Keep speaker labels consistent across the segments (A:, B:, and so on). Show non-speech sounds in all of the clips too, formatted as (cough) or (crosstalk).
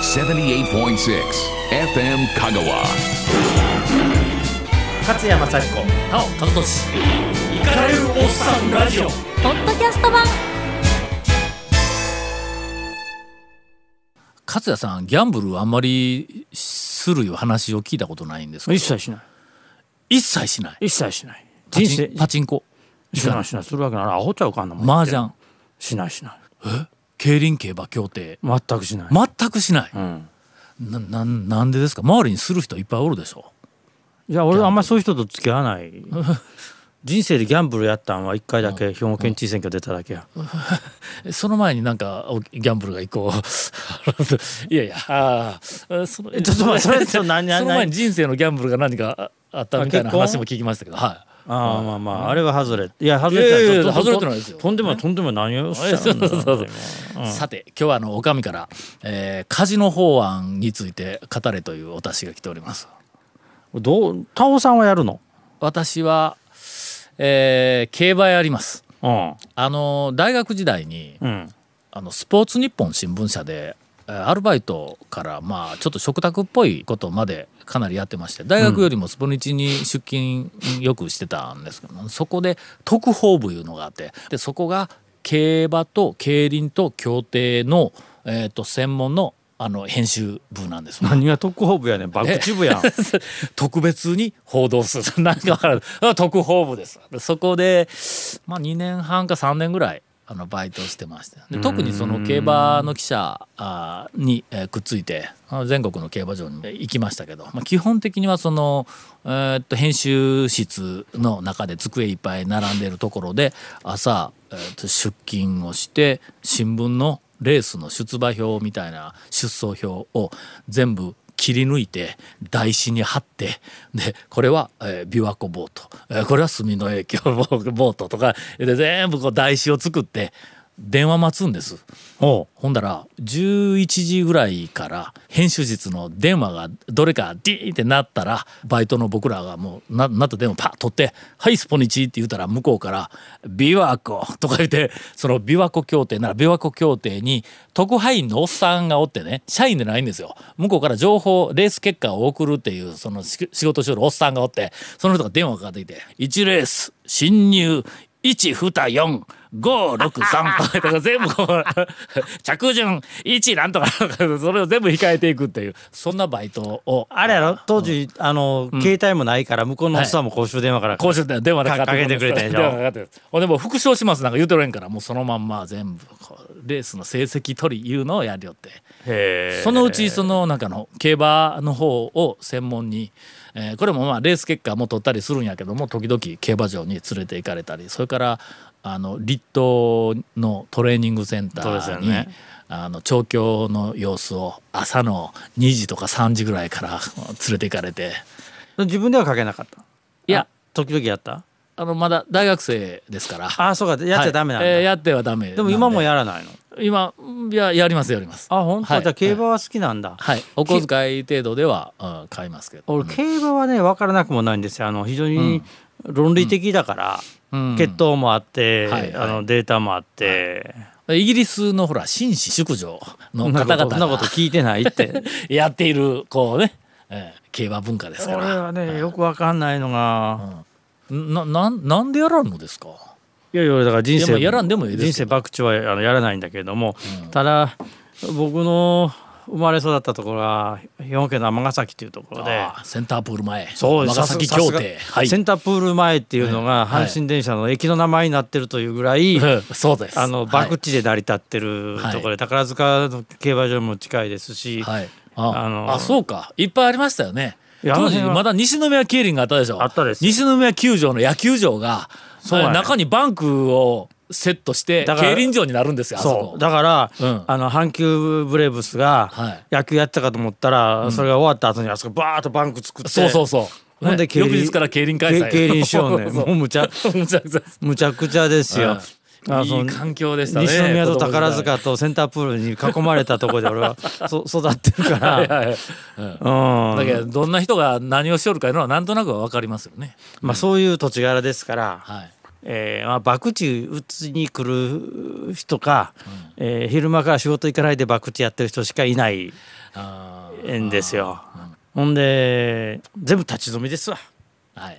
A: 78.6 FM Kagawa.
B: 勝山幸子
C: なお和俊イカれるおっさんラジオ
D: ポッドキャスト版
C: 勝也さんギャンブルあんまりするいう話を聞いたことないんですけど
E: 一切しない
C: 一切しない
E: 一切しない
C: パ
E: 人
C: チ
E: 生
C: ンパチンコ
E: しないしないするわけないアホちゃうかあんなもん
C: 麻雀
E: しないしない
C: 競輪競馬競艇
E: 全くしない、
C: 全くしない、
E: うん、
C: ななんなんでですか周りにする人いっぱいおるでしょ
E: じゃあ俺あんまそういう人と付き合わ (laughs) ない人生でギャンブルやったんは一回だけ兵庫県知事選挙出ただけや、
C: えその前になんかおギャンブルが一個 (laughs) いやいやあーその
E: えちょっと待ってそれちょっと何何
C: その前に人生のギャンブルが何かああったみたいな
E: あ結婚
C: 話も聞きましたけどはい
E: ああまあまああれは外れいや外
C: いやいやい
E: れ
C: や
E: た
C: 外れてないですよ
E: とんでもないとんでもない何をおっしゃ
C: えそ
E: る
C: うんそ
E: だ
C: うそうそう
E: 今うん
C: さて今日はあのおかみから、えー、カジノ法案について語れというお達しが来ております
E: どうタオさんはやるの
C: 私は、えー競馬やります
E: うん
C: あの大学時代に
E: うん
C: あのスポーツ日本新聞社でえーアルバイトからまあちょっと食卓っぽいことまでかなりやってまして大学よりもスポニチに出勤よくしてたんですけど、そこで特報部いうのがあってでそこが競馬と競輪と競艇の、えー、と専門のあの編集部なんです
E: 何が特報部やねんバクチ部やん
C: (laughs) 特別に報道するなんかわからないあ特報部ですでそこで、まあ、2年半か3年ぐらいあのバイトしてましたで特にその競馬の記者あーに、えーくっついてあの全国の競馬場に行きましたけど、まあ、基本的にはその、えーっと編集室の中で机いっぱい並んでるところで朝、えーっと出勤をして新聞のレースの出馬表みたいな出走表を全部切り抜いて台紙に貼ってでこれは、えー琵琶湖ボート、えーこれは墨の影響ボートとかで全部こう台紙を作って電話待つんです。
E: (laughs) おう
C: ほんだら11時ぐらいから編集室の電話がどれかディーンってなったらバイトの僕らがもうななった電話パッ取って「はいスポニチ」って言ったら向こうから「琵琶湖」とか言ってその琵琶湖協定なら琵琶湖協定に特派員のおっさんがおってね社員でないんですよ向こうから情報レース結果を送るっていうその仕仕事しよるおっさんがおってその人が電話かかってきて「1レース侵入1、2、4、5、6、3とか (laughs) 全部こう、着順1なんとか、 (laughs) それを全部控えていくっていう、そんなバイトを、
E: あれやろ当時、あの、携帯もないから向こうのおっさんも公衆電話から、
C: 公衆電話でかかって
E: かけてくれたでしょ
C: 電話かかってくるほんでもう復唱しますなんか言うてられんから、もうそのまんま全部こう、レースの成績取りいうのをやりよって。
E: へ
C: そのうちそのなんかの競馬の方を専門に、えーこれもまあレース結果も取ったりするんやけども時々競馬場に連れて行かれたりそれからあの立東のトレーニングセンタ
E: そうですよ
C: ーに、
E: ね
C: あの調教の様子を朝の2時とか3時ぐらいから連れて行かれて
E: え自分ではかけなかった
C: いや
E: あ時々やった
C: あのまだ大学生ですから
E: ああそうかやっちゃダメなんだ、
C: はいえーやってはダメなん
E: でも今もやらないの
C: 今いややりますやります
E: あ本当、
C: はい
E: じゃあ競馬は好きなんだ、
C: はいお小遣い程度では、うん買いますけど
E: 俺競馬はね分からなくもないんですよあの非常に論理的だから、
C: うん
E: 血統もあって、
C: はいはい
E: あのデータもあって、
C: イギリスのほら紳士淑女の方々
E: そんなことそんなこと
C: が
E: 聞いてないって
C: (laughs) やっているこうね、えー競馬文化ですか
E: 俺
C: ら
E: はねよく分かんないのが、
C: ななんなんでやらんのですか
E: いやいや俺だから人
C: いやま
E: 生
C: あやらんでもいいですけど
E: 人生博打はあのやらないんだけれども、ただ僕の生まれ育ったところが兵庫県の尼崎っていうところで
C: あ。ーセンタープール前
E: そうです
C: 尼崎協定
E: さすが
C: はい
E: センタープール前っていうのが
C: はい
E: 阪神電車の駅の名前になってるというぐらい、
C: うんそうです
E: あの
C: はい
E: 博打で成り立ってるところで、宝塚の競馬場も近いですし、
C: はいあ
E: あの
C: あそうかいっぱいありましたよね
E: いや
C: 当
E: あの
C: 時
E: 辺は
C: まだ西宮競輪があったでしょ
E: あったです
C: 西宮球場の野球場が、
E: そうやね
C: あ中にバンクをセットして
E: だから
C: 競輪場になるんですよあそ
E: そ
C: こ
E: うだから、
C: うん
E: あの阪急ブレーブスが
C: はい
E: 野球やってたかと思ったら、それが終わった後にあそこバーッとバンク作って
C: そうそうそう。
E: ほんで
C: ね
E: 競輪
C: 翌日から競輪開催。
E: け競輪しようね
C: (laughs) そ
E: もうむちゃ
C: むちゃくちゃです
E: むちゃくちゃですよ。 (laughs) あその
C: いい環境でしたね。
E: 西宮と
C: 子供時代
E: 宝塚とセンタープールに囲まれたところで俺
C: (laughs)
E: はそ育ってるから。
C: はいはい
E: うん
C: だけどどんな人が何をしよるかいうのはなんとなくは分かりますよね。
E: まあそういう土地柄ですから、
C: はい。
E: えーまあ、博打打ちに来る人か、えー昼間から仕事行かないで博打やってる人しかいない
C: あー
E: んですよ。ほんで全部立ち飲みですわ。
C: はい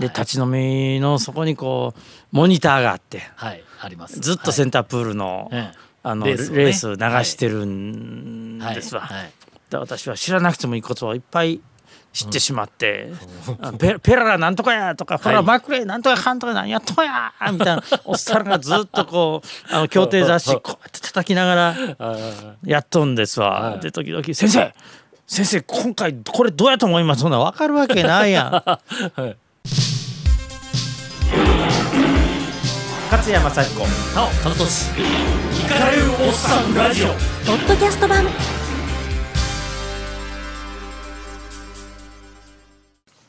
E: で立ち飲みのそこにこうモニターがあって
C: はいあります
E: ずっとセンタープールの,、
C: はいええ
E: あの
C: レ
E: レ
C: ー
E: ー
C: スを
E: ス,、
C: ね
E: 流してるん
C: はい
E: ですわ。
C: はいはい
E: で私は知らなくてもいいことをいっぱい知ってしまって「あペペララなんとかや」とか「ほ
C: は
E: ら
C: い
E: マクレーなんとかかんとかなんやっとや」み
C: (laughs)
E: たいなおっさんがずっとこうあの協定雑誌こうやって叩きながら
C: あー
E: やっとんですわ。
C: はい
E: で時々「先生先生今回これどうやと思います?」そんな分かるわけない
C: (laughs)
E: やん。勝山幸子
C: なお田中俊イカれるおっさんラジオ
B: ポッドキャスト版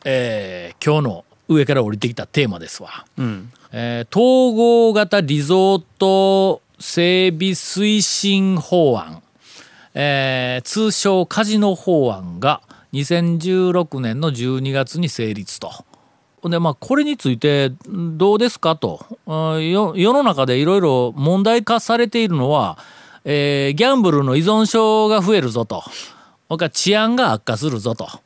C: えー今日の上から降りてきたテーマですわ、
E: うん
C: えー統合型リゾート整備推進法案、えー通称カジノ法案が2016年の12月に成立と。でまあ、これについてんどうですかとうんよ世の中でいろいろ問題化されているのは、えーギャンブルの依存症が増えるぞとそれから治安が悪化するぞとそれか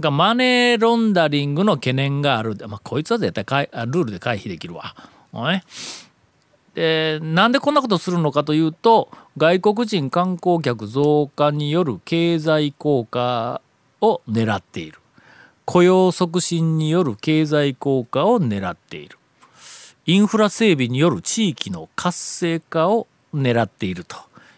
C: らマネーロンダリングの懸念がある、まあ、こいつは絶対かいあルールで回避できるわ。おいでなんでこんなことするのかというと外国人観光客増加による経済効果を狙っている雇用促進による経済効果を狙っているインフラ整備による地域の活性化を狙っていると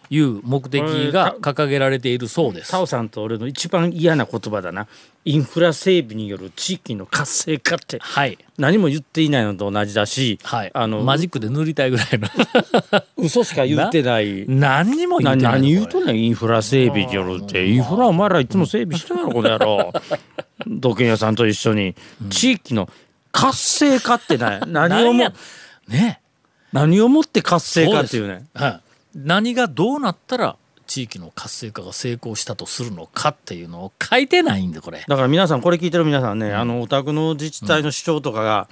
C: いう目的が掲げられているそうです
E: タ。オさんと俺の一番嫌な言葉だなインフラ整備による地域の活性化って
C: はい
E: 何も言っていないのと同じだし、
C: はい、
E: あの
C: マジックで塗りたいぐらいの
E: 嘘しか言ってない。
C: (laughs) 何にも言
E: な
C: ってない
E: 何言う
C: こと
E: んねんインフラ整備によるってインフラお前らいつも整備してんやろこの野
C: (laughs)
E: 郎土建屋さんと一緒に地域の活性化って
C: (laughs)
E: 何
C: れ
E: 何を
C: 何
E: も
C: やね
E: 何をもって活性化っていうね
C: はい、何がどうなったら地域の活性化が成功したとするのかっていうのを書いてないんでこれ
E: だから皆さんこれ聞いてる皆さんね、あのお宅の自治体の市長とかが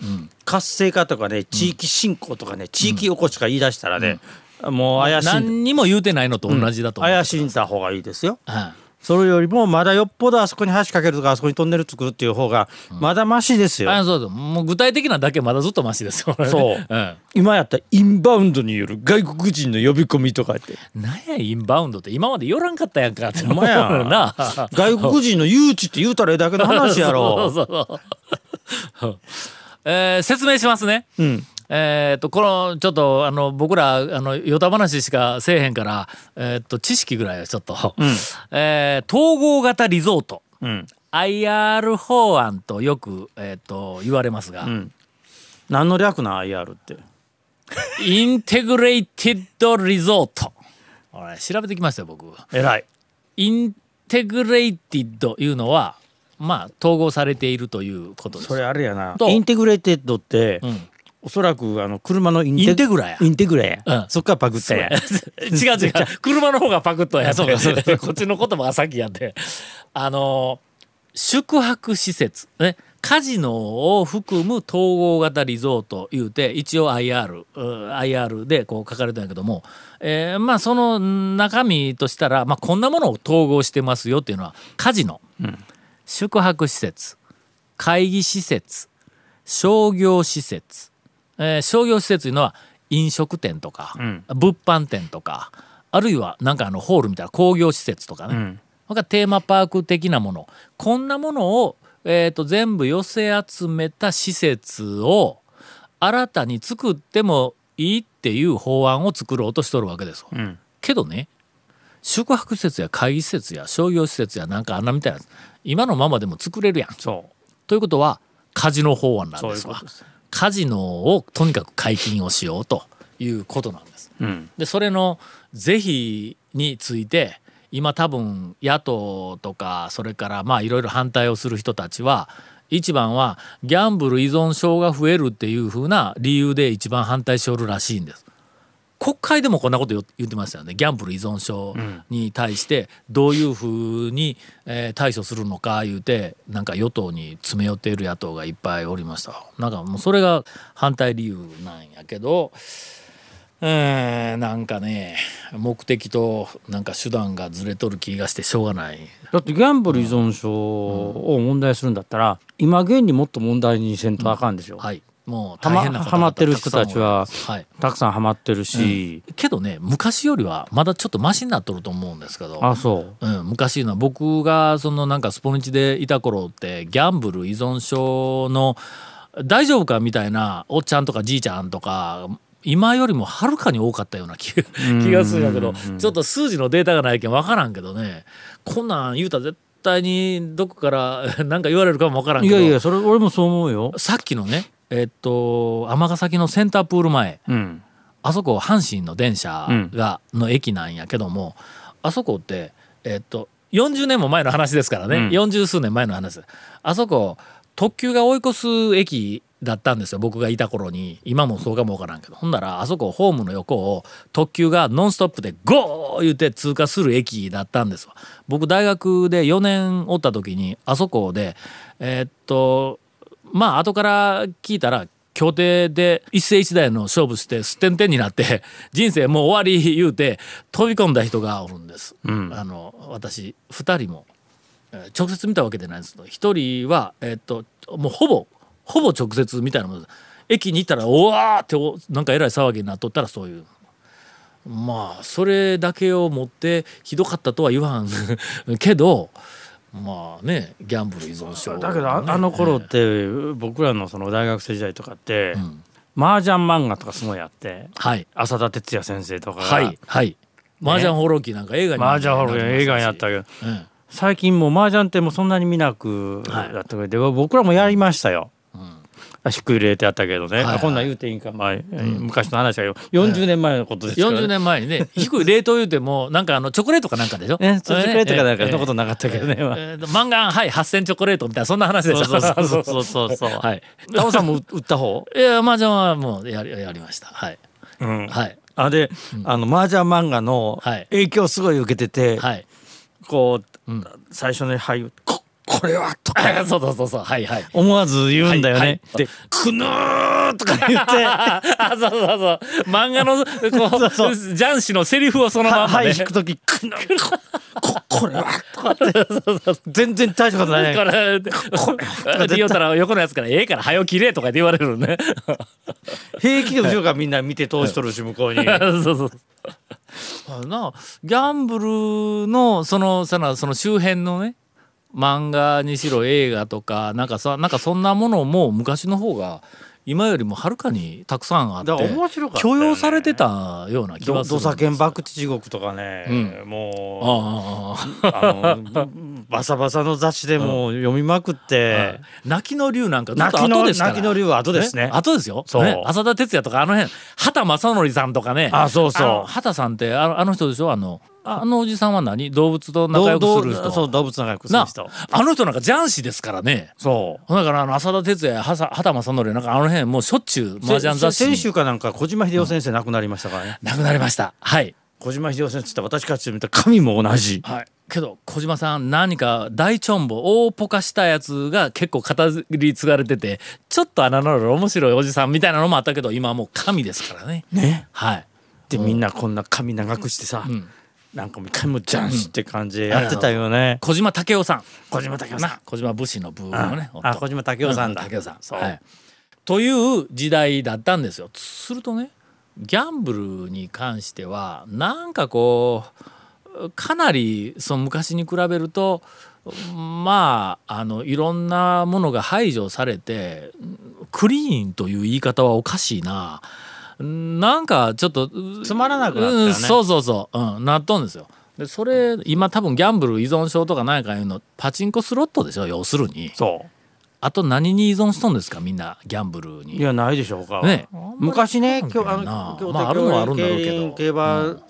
E: 活性化とかね地域振興とかね、地域おこしとか言い出したらね、もう怪しん
C: 何にも言うてないのと同じだと思う、
E: 怪しんだ方がいいですよ。
C: は
E: それよりもまだよっぽどあそこに橋かけるとかあそこにトンネル作るっていう方がまだマシです
C: い
E: よ。
C: あそうそうもう具体的なだけまだずっとマシですよこれね
E: そう
C: うん
E: 今やったらインバウンドによる外国人の呼び込みとかって
C: なんやインバウンドって今まで寄らんかったやんかって
E: ほんまや
C: な
E: (laughs) 外
C: (laughs)
E: 国人の誘致って言うたらええだけの話や (laughs) ろ。
C: そうそうそう。えー説明しますね。
E: うん
C: えーっとこのちょっとあの僕らあのヨタ話しかせえへんから、えーっと知識ぐらいはちょっと、えー統合型リゾート
E: うん
C: IR 法案とよく、えーっと言われますが、
E: ん何の略なん IR って。
C: インテグレイテッドリゾート俺調べてきましたよ僕
E: えらい。
C: インテグレイティッドいうのはまあ統合されているということです
E: それあれやな。
C: どう
E: インテグレーテッドって、
C: ん
E: おそらくあの車のイン
C: インテグラや
E: インテグレや
C: うん
E: そっからパクっ
C: そ
E: た
C: う
E: や
C: や (laughs) 違
E: (laughs)
C: う違う車の方がパクッとやって
E: そうかそうか
C: (laughs) こっちの言葉は先やってあのー宿泊施設ねカジノを含む統合型リゾートいうて一応 IR うん IR でこう書かれてんやけども、えーまあその中身としたら、まあ、こんなものを統合してますよっていうのはカジノ、宿泊施設会議施設商業施設、えー商業施設というのは飲食店とか、物販店とかあるいはなんかあのホールみたいな工業施設とかね、それからテーマパーク的なものこんなものを、えー、と全部寄せ集めた施設を新たに作ってもいいっていう法案を作ろうとしとるわけですよ、
E: ん
C: けどね宿泊施設や会議施設や商業施設やなんかあんなみたいなやつ今のままでも作れるやん
E: そ
C: ということはカジノ法案なん
E: そう
C: で
E: いう
C: す
E: こ
C: わ
E: とです。
C: カジノをとにかく解禁をしようということなんです。
E: うん
C: でそれの是非について今多分野党とかそれからまあいろいろ反対をする人たちは一番はギャンブル依存症が増えるっていう風な理由で一番反対しおるらしいんです。国会でもこんなこと言言ってましたよねギャンブル依存症に対してどういうふうに、えー対処するのか言うてなんか与党に詰め寄っている野党がいっぱいおりましたなんかもうそれが反対理由なんやけどえーなんかね目的となんか手段がずれとる気がしてしょうがない
E: だってギャンブル依存症を問題するんだったら今現にもっと問題にせんとあかんでしょ、
C: はいもう
E: は
C: 大
E: ま
C: 変なこと
E: はまってる人たちは
C: はい
E: たくさんはまってるし、
C: けどね昔よりはまだちょっとマシになっとると思うんですけど
E: あそう
C: うん、昔のは僕がそのなんかスポニチでいた頃ってギャンブル依存症の大丈夫かみたいなおっちゃんとかじいちゃんとか今よりもはるかに多かったような気気がするんやけどちょっと数字のデータがないけん分からんけどねこんなん言うたら絶対にどこから何か言われるかも分からんけ
E: い
C: ど
E: やいやそれ俺もそう思うよ、
C: さっきのねえっと尼崎のセンタープール前
E: うん、
C: あそこ阪神の電車が、の駅なんやけどもあそこってえっと40年も前の話ですからね、
E: うん
C: 40数年前の話ですあそこ特急が追い越す駅だったんですよ僕がいた頃に今もそうかもわからんけどほんならあそこホームの横を特急がノンストップでゴー言って通過する駅だったんですわ僕大学で4年おった時にあそこでえっとまあ後から聞いたら競艇で一世一代の勝負してすってんてんになって (laughs) 人生もう終わり言うて飛び込んだ人がおるんです、あの私2人も、えー直接見たわけじゃないんですけど1人は、えーっともうほぼほぼ直接みたいなものです駅に行ったら「おわ!」っておなんかえらい騒ぎになっとったらそういう。まあそれだけを持ってひどかったとは言わん (laughs) けどまあねギャンブル依存症、
E: だけどあ
C: ね
E: あの頃って僕らのその大学生時代とかって、
C: ん
E: 麻雀漫画とかすごいあって
C: はい
E: 浅田哲也先生とかが、
C: はいはい。麻雀放浪記なんか映画に
E: 麻雀ホロ映画にあった
C: け
E: けど
C: ど、うん
E: 最近もう麻雀ってもうそんなに見なく
C: はい
E: なったけど、僕らもやりましたよ。低い例ってあったけどね、
C: はいはい
E: こんなん言うていいんか、まあ、昔の話だけど40年前のことですから、ね
C: 40年前にね低い冷凍言うてもなんかあのチョコレートかなんかでしょ
E: ねチョコレートかなんかそんなこと
C: な
E: なかったけどね、まあ
C: 漫画はい8000チョコレートみたいなそんな話でし
E: そ
C: ょ
E: うそうそうそうそうそう
C: はい
E: タオさんも売った方、
C: いや麻雀はもうやりやりましたはい
E: うん、
C: はい
E: あれ、あの麻雀漫画の
C: はい
E: 影響すごい受けてて、
C: はい
E: こう、最初の俳優ここれはとか
C: あそうそうそうそうはいはい
E: 思わず言うんだよね、
C: はいはい
E: で「くぬー」とか言って
C: ああそうそうそう漫画のこう
E: そうそう
C: ジャン氏のセリフをそのま
E: は
C: んま
E: はい
C: ね、
E: 引く時「くぬー」こ (laughs) これはとか
C: (laughs)
E: って全然大したことない
C: こ
E: ね
C: れで言うたら横のやつから「ええから早起きれ」とかって言われるのね
E: 平気で後ろがみんな見て通しとるし向こう
C: (laughs)
E: に。
C: そうそうそうなギャンブルのそのさなその周辺のね漫画にしろ映画とかなんかさなんかそんなものも昔の方が今よりもはるかにたくさんあって
E: だから面白かったよ
C: 許
E: ね
C: 容されてたような気
E: ど
C: がする
E: 土佐犬博打地獄とかね、
C: ああ
E: も
C: ああ
E: うあのバサバサの雑誌でもう読みまくって、
C: 泣きの竜なんかずっ
E: 泣
C: と
E: きの
C: 後ですから
E: 泣きの竜は後ですね
C: 後ですよ。
E: そう
C: ね浅田哲也とかあの辺、畑正則さんとかね。
E: あそうそう
C: の畑さんってあのあの人でしょあの、ああのおじさんは何動物と仲良く
E: ど
C: する
E: うど
C: 人。
E: うそう動物仲良くす
C: な
E: る
C: あ
E: 人。
C: あの人なんか雀士ですからね。
E: そう
C: だからあの浅田哲也、はさ畑正則なんかあの辺もうしょっちゅう麻雀雑誌
E: せ
C: に
E: 先週かなんか小島秀夫先生亡くなりましたからね、
C: 亡くなりました。はい。
E: 小島秀夫先生って私たちで見た神も同じ
C: はい。けど小島さん何か大チョンボ大ポカしたやつが結構語り継がれててちょっと穴のある面白いおじさんみたいなのもあったけど今はもう神ですからね。
E: ね
C: はい。
E: でみんなこんな髪長くしてさ、なんかもう一回もじゃんしって感じでやってたよね、
C: 小島武雄さん。
E: 小島武雄さん
C: な小島武士の部のね。
E: うん
C: 夫
E: あ小島武夫さんだ
C: う武夫さん。
E: そう
C: はい。という時代だったんですよ。するとね、ギャンブルに関してはなんかこうかなりその昔に比べると。まあ、あのいろんなものが排除されてクリーンという言い方はおかしいななんかちょっと
E: つまらなくなったよね、
C: うん、そうそうそう、うん、なっとんですよでそれ今多分ギャンブル依存症とか何かいうのパチンコスロットでしょ要するに
E: そう
C: あと何に依存しとんですかみんなギャンブル
E: い
C: に
E: やないでしょうか。
C: ね
E: 昔ね、
C: あんまり
E: 今日あ
C: な
E: の京都
C: まああるのはあるんだろうけ
E: 競
C: ど
E: 輪競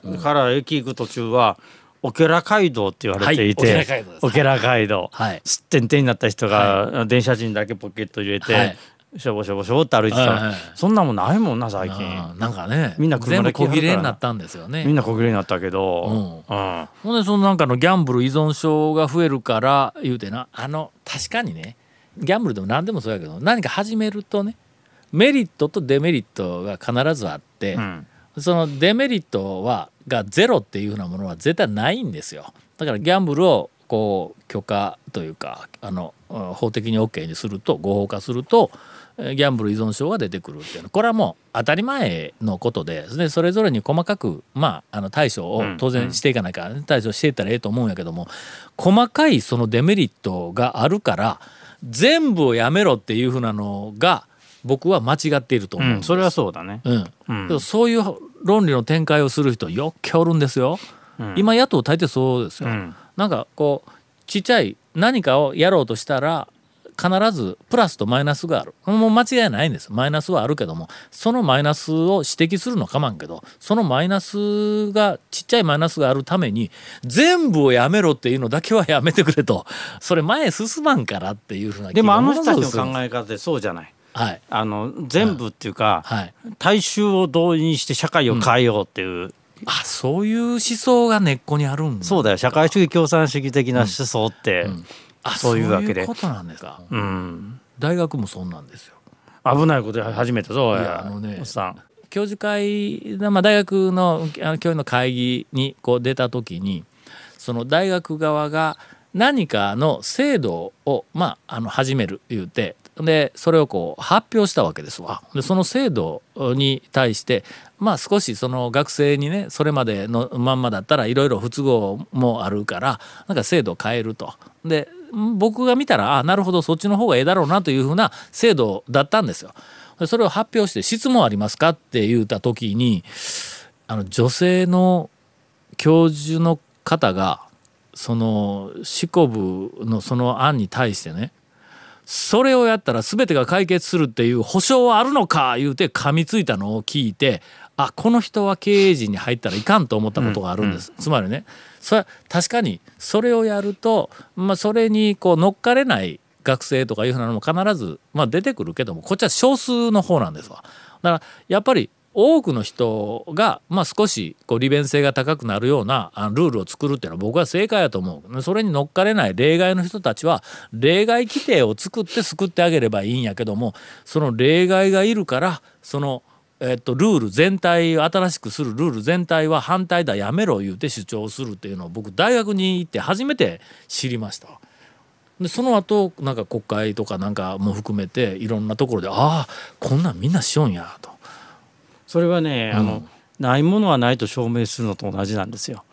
E: 馬から駅行く途中は。オケラ街道って言われていて、
C: はいオケラ街道です
E: オケラ街道
C: はい
E: すってんてんになった人が、電車陣だけポケット入れて、
C: はい
E: しょぼしょぼしょぼって歩いてた
C: はいは
E: ら
C: い
E: そんなもんないもんな最
C: あ
E: 近
C: ーなんかね
E: みんな車
C: 全部
E: で来はる
C: 小
E: から
C: 切れになったんですよね
E: みんな小切れになったけど
C: う
E: うん
C: ほんでそのなんかのギャンブル依存症が増えるから言うてなあの確かにねギャンブルでも何でもそうやけど何か始めるとねメリットとデメリットが必ずあって、
E: うん
C: そのデメリットはがゼロっていうふうなものは絶対ないんですよだからギャンブルをこう許可というかあのうん法的に OK にすると合法化するとえーギャンブル依存症が出てくるっていうのこれはもう当たり前のことででそれぞれに細かく、まあ、あの対処を
E: うん
C: 当然していかないから、ね対処していったらええと思うんやけども細かいそのデメリットがあるから全部をやめろっていうふうなのが僕は間違っていると思
E: う
C: うん
E: ん
C: です
E: それはそうだね
C: うん
E: うん
C: けどそういう論理の展開をする人よっけおるんですよ。
E: うん
C: 今野党大抵そうですよ。
E: うん
C: なんかこうちっちゃい何かをやろうとしたら必ずプラスとマイナスがあるもう間違いないんですマイナスはあるけどもそのマイナスを指摘するのはかまんけどそのマイナスがちっちゃいマイナスがあるために全部をやめろっていうのだけはやめてくれとそれ前進まんからっていうふうな気が
E: でもあの人たち
C: ものすご
E: の
C: いする
E: 考え方でそうじゃない
C: はい
E: あの全部っていうか
C: はい
E: 大衆を動員して社会を変えようっていう
C: あそういう思想が根っこにあるんだ
E: そうだよ社会主義共産主義的な思想って
C: あ
E: そういうわけで
C: そういうことなんですか、
E: うん
C: 大学もそんなんですよ
E: 危ないこと始めたぞおい
C: いやあのね
E: おっさん
C: 教授会、まあ、大学のあの教員の会議にこう出た時にその大学側が何かの制度を、まあ、あの始める言うてでそれをこう発表したわけですわ。でその制度に対して、まあ、少しその学生にねそれまでのまんまだったらいろいろ不都合もあるからなんか制度を変えると。で僕が見たらあなるほどそっちの方がええだろうなというふうな制度だったんですよ。でそれを発表して「質問ありますか?」って言った時にあの女性の教授の方がその四股部のその案に対してねそれをやったら全てが解決するっていう保証はあるのか言うて噛みついたのを聞いてあこの人は経営陣に入ったらいかんと思ったことがあるんです、つまりねそれ確かにそれをやると、まあ、それにこう乗っかれない学生とかいうふうなのも必ず、まあ、出てくるけどもこっちは少数の方なんですわ。だからやっぱり多くの人が、まあ、少しこう利便性が高くなるようなあのルールを作るっていうのは僕は正解やと思うそれに乗っかれない例外の人たちは例外規定を作って救ってあげればいいんやけどもその例外がいるからその、えっと、ルール全体新しくするルール全体は反対だやめろ言うて主張するっていうのを僕大学に行って初めて知りました。でその後なんか国会とかなんかも含めていろんなところでああこんなんみんなしよんやと。
E: それはねあ
C: う
E: の
C: ん
E: ないものはないと証明するのと同じなんですよ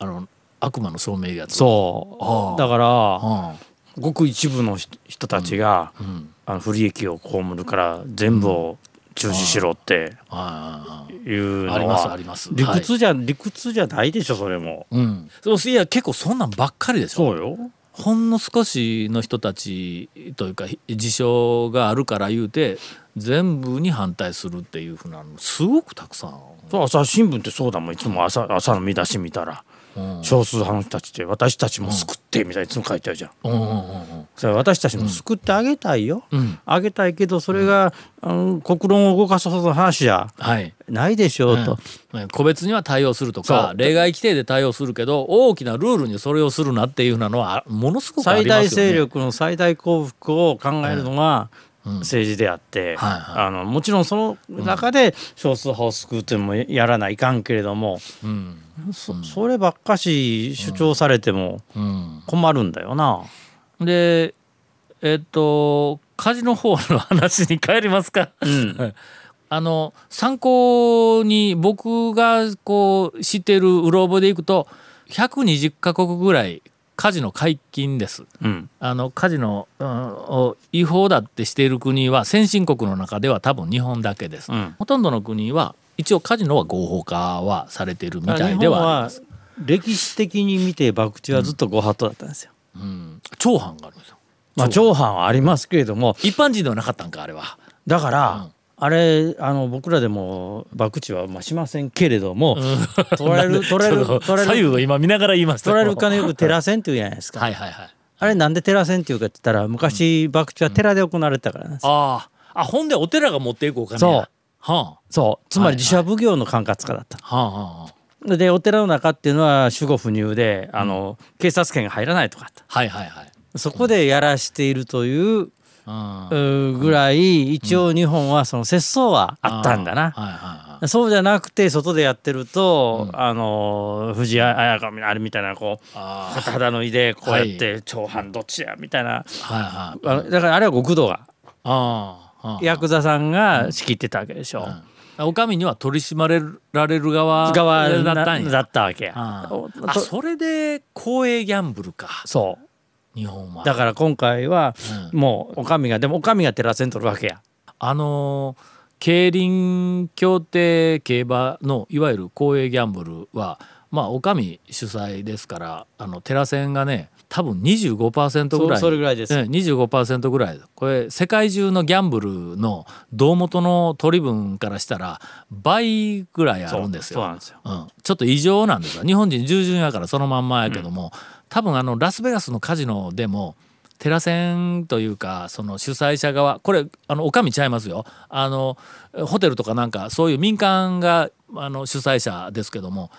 C: あの悪魔の証明やつう、
E: そ
C: ああ
E: うだから
C: あ
E: ごく一部の人人たちが
C: あうん、
E: あの不利益を被るから全部を中止しろって
C: ああ
E: いう
C: ああり
E: の
C: ますあ
E: は
C: ります
E: 理
C: はい
E: 屈じゃ理屈じゃないでしょそれも
C: うん、そういや結構そんなんばっかりでしょ
E: うよ
C: ほんの少しの人たちというかひ事象があるから言うて全部に反対するっていうふうなのすごくたくさん、
E: そう朝日新聞ってそうだもんいつも朝朝の見出し見たら
C: うん
E: 少数派の人たちって私たちも救ってみたいにいつも書いてあるじゃん
C: うんうんうん
E: それ私たちも救ってあげたいよ、
C: うんうん
E: あげたいけどそれが、あの国論を動かすほどの話じゃ
C: はい
E: ないでしょうと、
C: うん個別には対応するとか
E: そう
C: 例外規定で対応するけど大きなルールにそれをするなっていうふうなのはあものすごくあ
E: 最
C: りま
E: 大
C: すよね
E: 勢力の最大幸福を考えるのが政治であって、
C: はいはい
E: あのもちろんその中で少数派を救うっていうのもやらないかんけれども、
C: うん
E: そそればっかし主張されても
C: うん
E: 困るんだよな。
C: でえっと家事の方の話に帰りますか。
E: うん
C: あの参考に僕がこう知ってるうろ覚えでいくと120カ国ぐらい家事の解禁です。
E: うん
C: あのカジノ、うんを違法だってしている国は先進国の中では多分日本だけです、
E: うん
C: ほとんどの国は一応カジノは合法化はされているみたいではあります
E: 日本は歴史的に見て博打はずっとご法度だったんですよ。
C: うん長藩があるんですよ
E: まあ、長藩はありますけれども
C: 一般人ではなかったんかあれは
E: だから、
C: うん
E: あれあの僕らでも博打はまあしませんけれども、取られる取られる
C: その
E: 取ら
C: 左
E: れ
C: 右
E: る
C: を今見ながら言いました
E: 取られる
C: か
E: 金よく照らせんっていうじゃないですか。
C: はいはいはい
E: あれなんで寺線っていうかって言ったら昔博打は寺で行われてたからなんですよ
C: あああほんでお寺が持っていくお金や
E: そう
C: はあは
E: そうつまり自社奉行の管轄下だった
C: あはあ
E: でお寺の中っていうのは守護不入であの警察権が入らないとかあった
C: はいはいはい
E: そこでやらしているという
C: あ
E: うーぐらい一応日本はその節操はあったんだな。
C: はいはいはい
E: そうじゃなくて外でやってると、あの藤井綾香みたいなあれみたいなこう
C: あ
E: 片肌のいでこうやって長藩どっちやみたいな、
C: はいはい
E: あのだからあれは極道が
C: ああはあ
E: ヤクザさんが仕切ってたわけでしょ。
C: お上には取り締まれられる側
E: 側
C: だ
E: だ
C: った
E: っ
C: んや
E: だったわけや。
C: あ
E: お
C: あ
E: と
C: それで公営ギャンブルか
E: そう
C: 日本は
E: だから今回は
C: うん
E: もうお上がでもお上が照らせんとるわけや。
C: あのー競輪協定競馬のいわゆる公営ギャンブルはまあおかみ主催ですからあのテラセンがね多分25%ぐ
E: そ
C: ら
E: う
C: い
E: それぐらいです。
C: ええ25%ぐらいこれ世界中のギャンブルの胴元の取り分からしたら倍ぐらいあ
E: そう
C: るんです
E: そう
C: よ
E: なんですよ。
C: うん、ちょっと異常なんですよ日本人従順やからそのまんまやけども、多分あのラスベガスのカジノでもテラセンというかその主催者側これあのおかみちゃいますよあのホテルとかなんかそういう民間があの主催者ですけども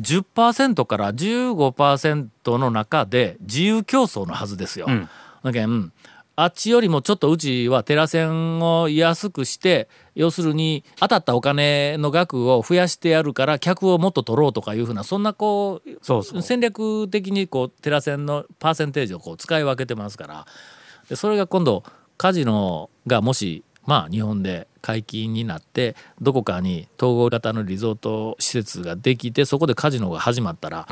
C: 10%から15%の中で自由競争のはずですよ。
E: うん
C: だけんあっちよりもちょっとうちはテラセンを安くして要するに当たったお金の額を増やしてやるから客をもっと取ろうとかいうふうなそんなこう
E: そうそう。
C: 戦略的にこうテラセンのパーセンテージをこう使い分けてますからでそれが今度カジノがもしまあ日本で解禁になってどこかに統合型のリゾート施設ができてそこでカジノが始まったら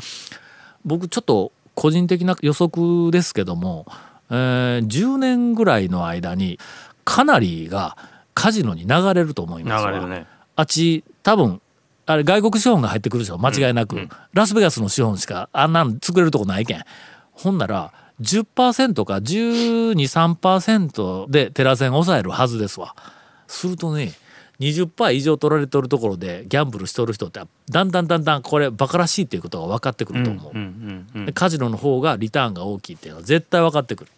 C: 僕ちょっと個人的な予測ですけども、えー10年ぐらいの間にかなりがカジノに流れると思い
E: 流
C: ますわ
E: れるね。
C: あっち多分あれ外国資本が入ってくるでしょ間違いなく、ラスベガスの資本しかあんなん作れるとこないけんほんなら10%か123%でテラセン抑えるはずですわするとね20%以上取られとるところでギャンブルしとる人ってだんだんだんだんこれバカらしいっていうことが分かってくると思う、
E: うんうんうん
C: でカジノの方がリターンが大きいっていうのは絶対分かってくる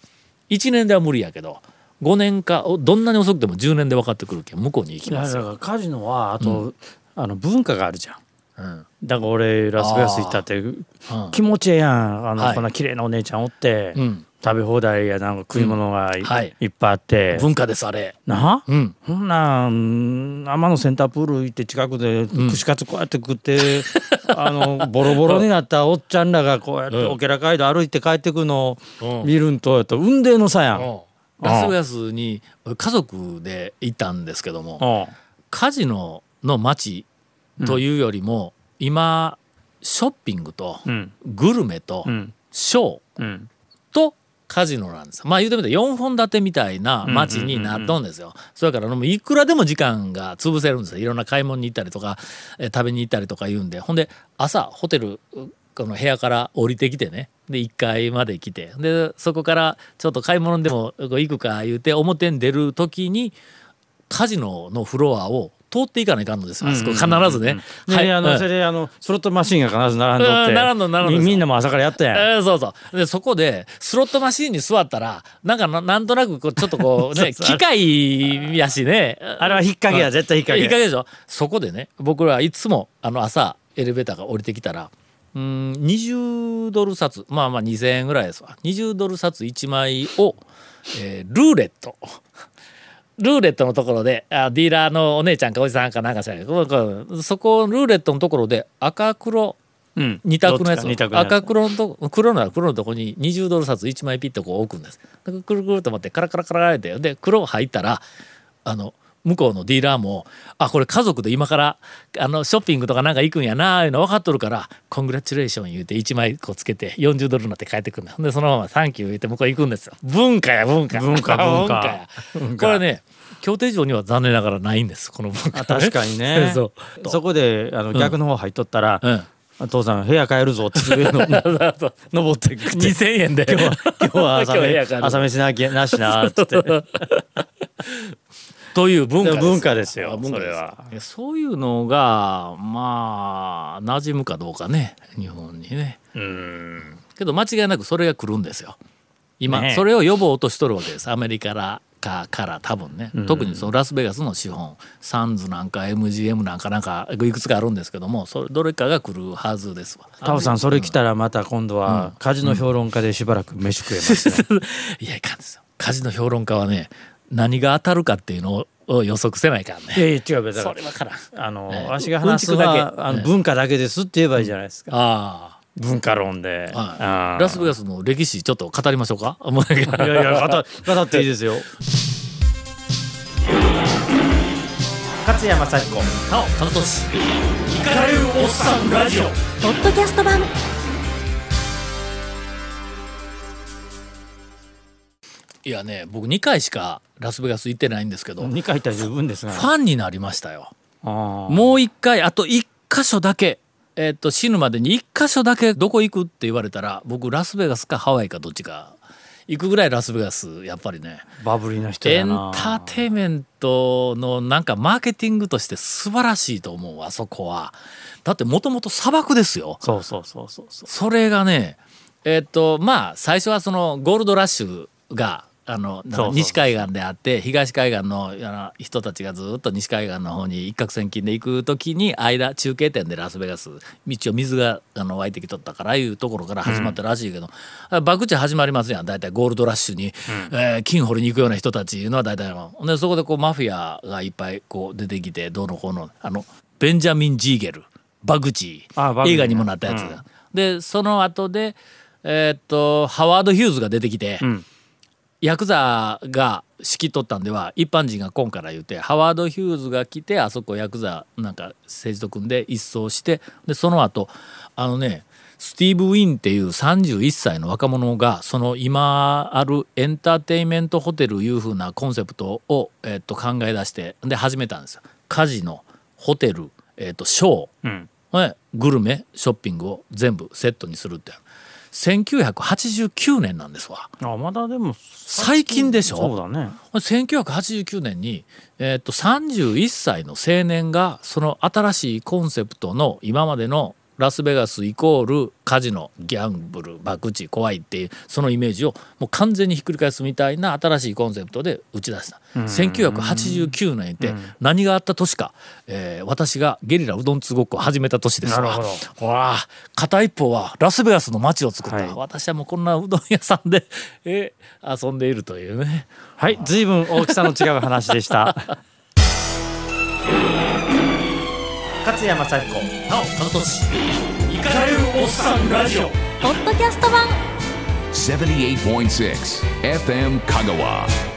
C: 1年では無理やけど5年かおどんなに遅くても10年で分かってくるけん向こうに行き
E: いや
C: ます
E: だ
C: よ、
E: からカジノはあと、あの文化があるじゃん
C: うん
E: だから俺ラスベガス行ったって
C: うん
E: 気持ちええやんあの、
C: はい
E: こんな綺麗なお姉ちゃんおって、
C: うん、
E: 食べ放題やなんか食い物がい,、
C: んはい
E: っぱいあって
C: 文化ですあれ。
E: なあ
C: うん、
E: そんなん天野センタープール行って近くで串カツこうやって食って、 (laughs) あのボロボロになったおっちゃんらがこうやって
C: うん
E: オケラ街道歩いて帰ってくの
C: うん
E: 見るんとやと運命の差やん。うん
C: ラスベガスに家族で行ったんですけどもカジノの街というよりも、今ショッピングと
E: うん
C: グルメと
E: うん
C: ショー
E: うん
C: とカジノなんですよまあ言うてみたら4本立てみたいな街になっとんですよ。それからもういくらでも時間が潰せるんですよいろんな買い物に行ったりとかえー食べに行ったりとか言うんでほんで朝ホテルうこの部屋から降りてきてねで1階まで来てでそこからちょっと買い物でもこう行くか言うて表に出る時にカジノのフロアを通っていかないかんのですよあそこ必ずね。
E: で
C: はい
E: あ
C: う
E: の
C: ん
E: それであのスロットマシーンが必ず並んどって
C: うん並んどん並んどんですよ
E: みみんなも朝からやったやん。
C: えーそうそうでそこでスロットマシーンに座ったらなんかななんとなくこうちょっとこ
E: (laughs)
C: うね
E: そうそう
C: 機械やしね
E: あれは引っ掛けや、絶対引っ
C: いい
E: 掛
C: 加
E: け。
C: 減でしょそこでね僕らいつもあの朝エレベーターが降りてきたらうーん20ドル札まあまあ2000円ぐらいですわ20ドル札1枚を、えールーレット (laughs) ルーレットのところであディーラーのお姉ちゃんかおじさんかなんかしらんけどこうこうそこルーレットのところで赤黒
E: うん
C: 二択のやつ
E: どっちか二択のやつ
C: 赤黒のとこ黒なら黒のとこに20ドル札1枚ピッとこう置くんですだからくるくると思ってカラカラカラカラってで黒入ったらあの向こうのディーラーも「あこれ家族で今からあのショッピングとかなんか行くんやな」いうの分かっとるから「コングラチュレーション」言うて1枚こうつけて40ドルになって帰ってくるんだほんでそのまま「サンキュー」言うて向こう行くんですよ文化や (laughs) 文化
E: 文化文化
C: やこれね協定上には残念ながらないんですこの文化、
E: あ確かにね。
C: (laughs) そ
E: そうこであの逆の方入っとったら、
C: うん
E: 父さん部屋帰るぞっていう (laughs) の登ってくって。
C: 2000円で
E: 今日は今日は朝
C: 今日部
E: め
C: 屋帰る
E: 朝飯なきゃなしなって言って。
C: (laughs) という文化です
E: 文化ですよ
C: あ文化です
E: それは
C: えそういうのがまあ馴染むかどうかね日本にね
E: うん
C: けど間違いなくそれが来るんですよ今、
E: ねえ
C: それを予防としとるわけですアメリカからかから多分ね、特にそのラスベガスの資本サンズなんか MGM なんかなんかいくつかあるんですけどもそれどれかが来るはずですわ
E: タオさんそれ来たらまた今度はカジノ評論家でしばらく飯食えますよ、
C: いやいかんですよカジノ評論家はね何が当たるかっていうのを予測せないからね
E: いやいや違う別
C: そ
E: に
C: れわからん
E: あの、
C: ええ
E: わしが話すの
C: うんち
E: は、
C: くだけ
E: あ
C: ええ
E: の文化だけですって言えばいいじゃないですか、
C: あ
E: 文化論で、
C: あ、は
E: あ
C: い、
E: ー
C: ラスベガスの歴史ちょっと語りましょうかもうなんか
E: いやいや語 (laughs) 語っていいですよ勝山幸子
C: なお楽しイカれるおっさんラジオ
B: ポッドキャスト版
C: いやね僕2回しかラスベガス行ってないんですけど、フ
E: 2回いったら十分ですが
C: ァンになりましたよ
E: あー
C: もう1回あと1箇所だけえっと死ぬまでに1箇所だけどこ行くって言われたら僕ラスベガスかハワイかどっちか行くぐらいラスベガスやっぱりね
E: バブリーな人
C: エ
E: や
C: ンタ
E: な
C: ーテインメントのなんかマーケティングとして素晴らしいと思うあそこはだってもともと砂漠ですよ
E: そうそうそうそうそう
C: それがねえっとまあ最初はそのゴールドラッシュがあのなんか
E: そうそう
C: 西海岸であって東海岸のあの人たちがずっと西海岸の方に一攫千金で行く時に間中継点でラスベガス道を水があの湧いてきとったからいうところから始まったらしいけど、あバクチ始まりますやん大体ゴールドラッシュに、えー金掘りに行くような人たちいうのは大体のでそこでこうマフィアがいっぱいこう出てきてどうのこうのあのベンジャミン・ジーゲルバグチ
E: あバグチー
C: 映画にもなったやつが、でその後でえーっとハワード・ヒューズが出てきて、
E: ん
C: ヤクザが仕切っとったんでは一般人が今から言うてハワード・ヒューズが来てあそこヤクザなんか政治と組んで一掃してでその後あのねスティーブ・ウィンっていう31歳の若者がその今あるエンターテインメントホテルいう風なコンセプトを、えーっと考え出してで始めたんですよ。カジノホテル、えーっとショ
E: う
C: ー、
E: ん
C: ねグルメショッピングを全部セットにするって1989年なんですわ
E: あまだでも
C: 最近でしょ
E: そうだね
C: 1989年に、えーっと31歳の青年がその新しいコンセプトの今までのラスベガスイコールカジノギャンブル博打怖いっていうそのイメージをもう完全にひっくり返すみたいな新しいコンセプトで打ち出した1989年って何があった年か、えー私がゲリラうどんつごっこを始めた年ですわ
E: なるほど
C: ほら片一方はラスベガスの街を作った、
E: はい
C: 私はもうこんなうどん屋さんで、 (laughs) えー遊んでいるというね。
E: (laughs) はい随分大きさの違う話でした勝山幸子
C: なお楽しいかれるおっさんラジオ
B: ポッドキャスト版
A: 78.6 FM Kagawa.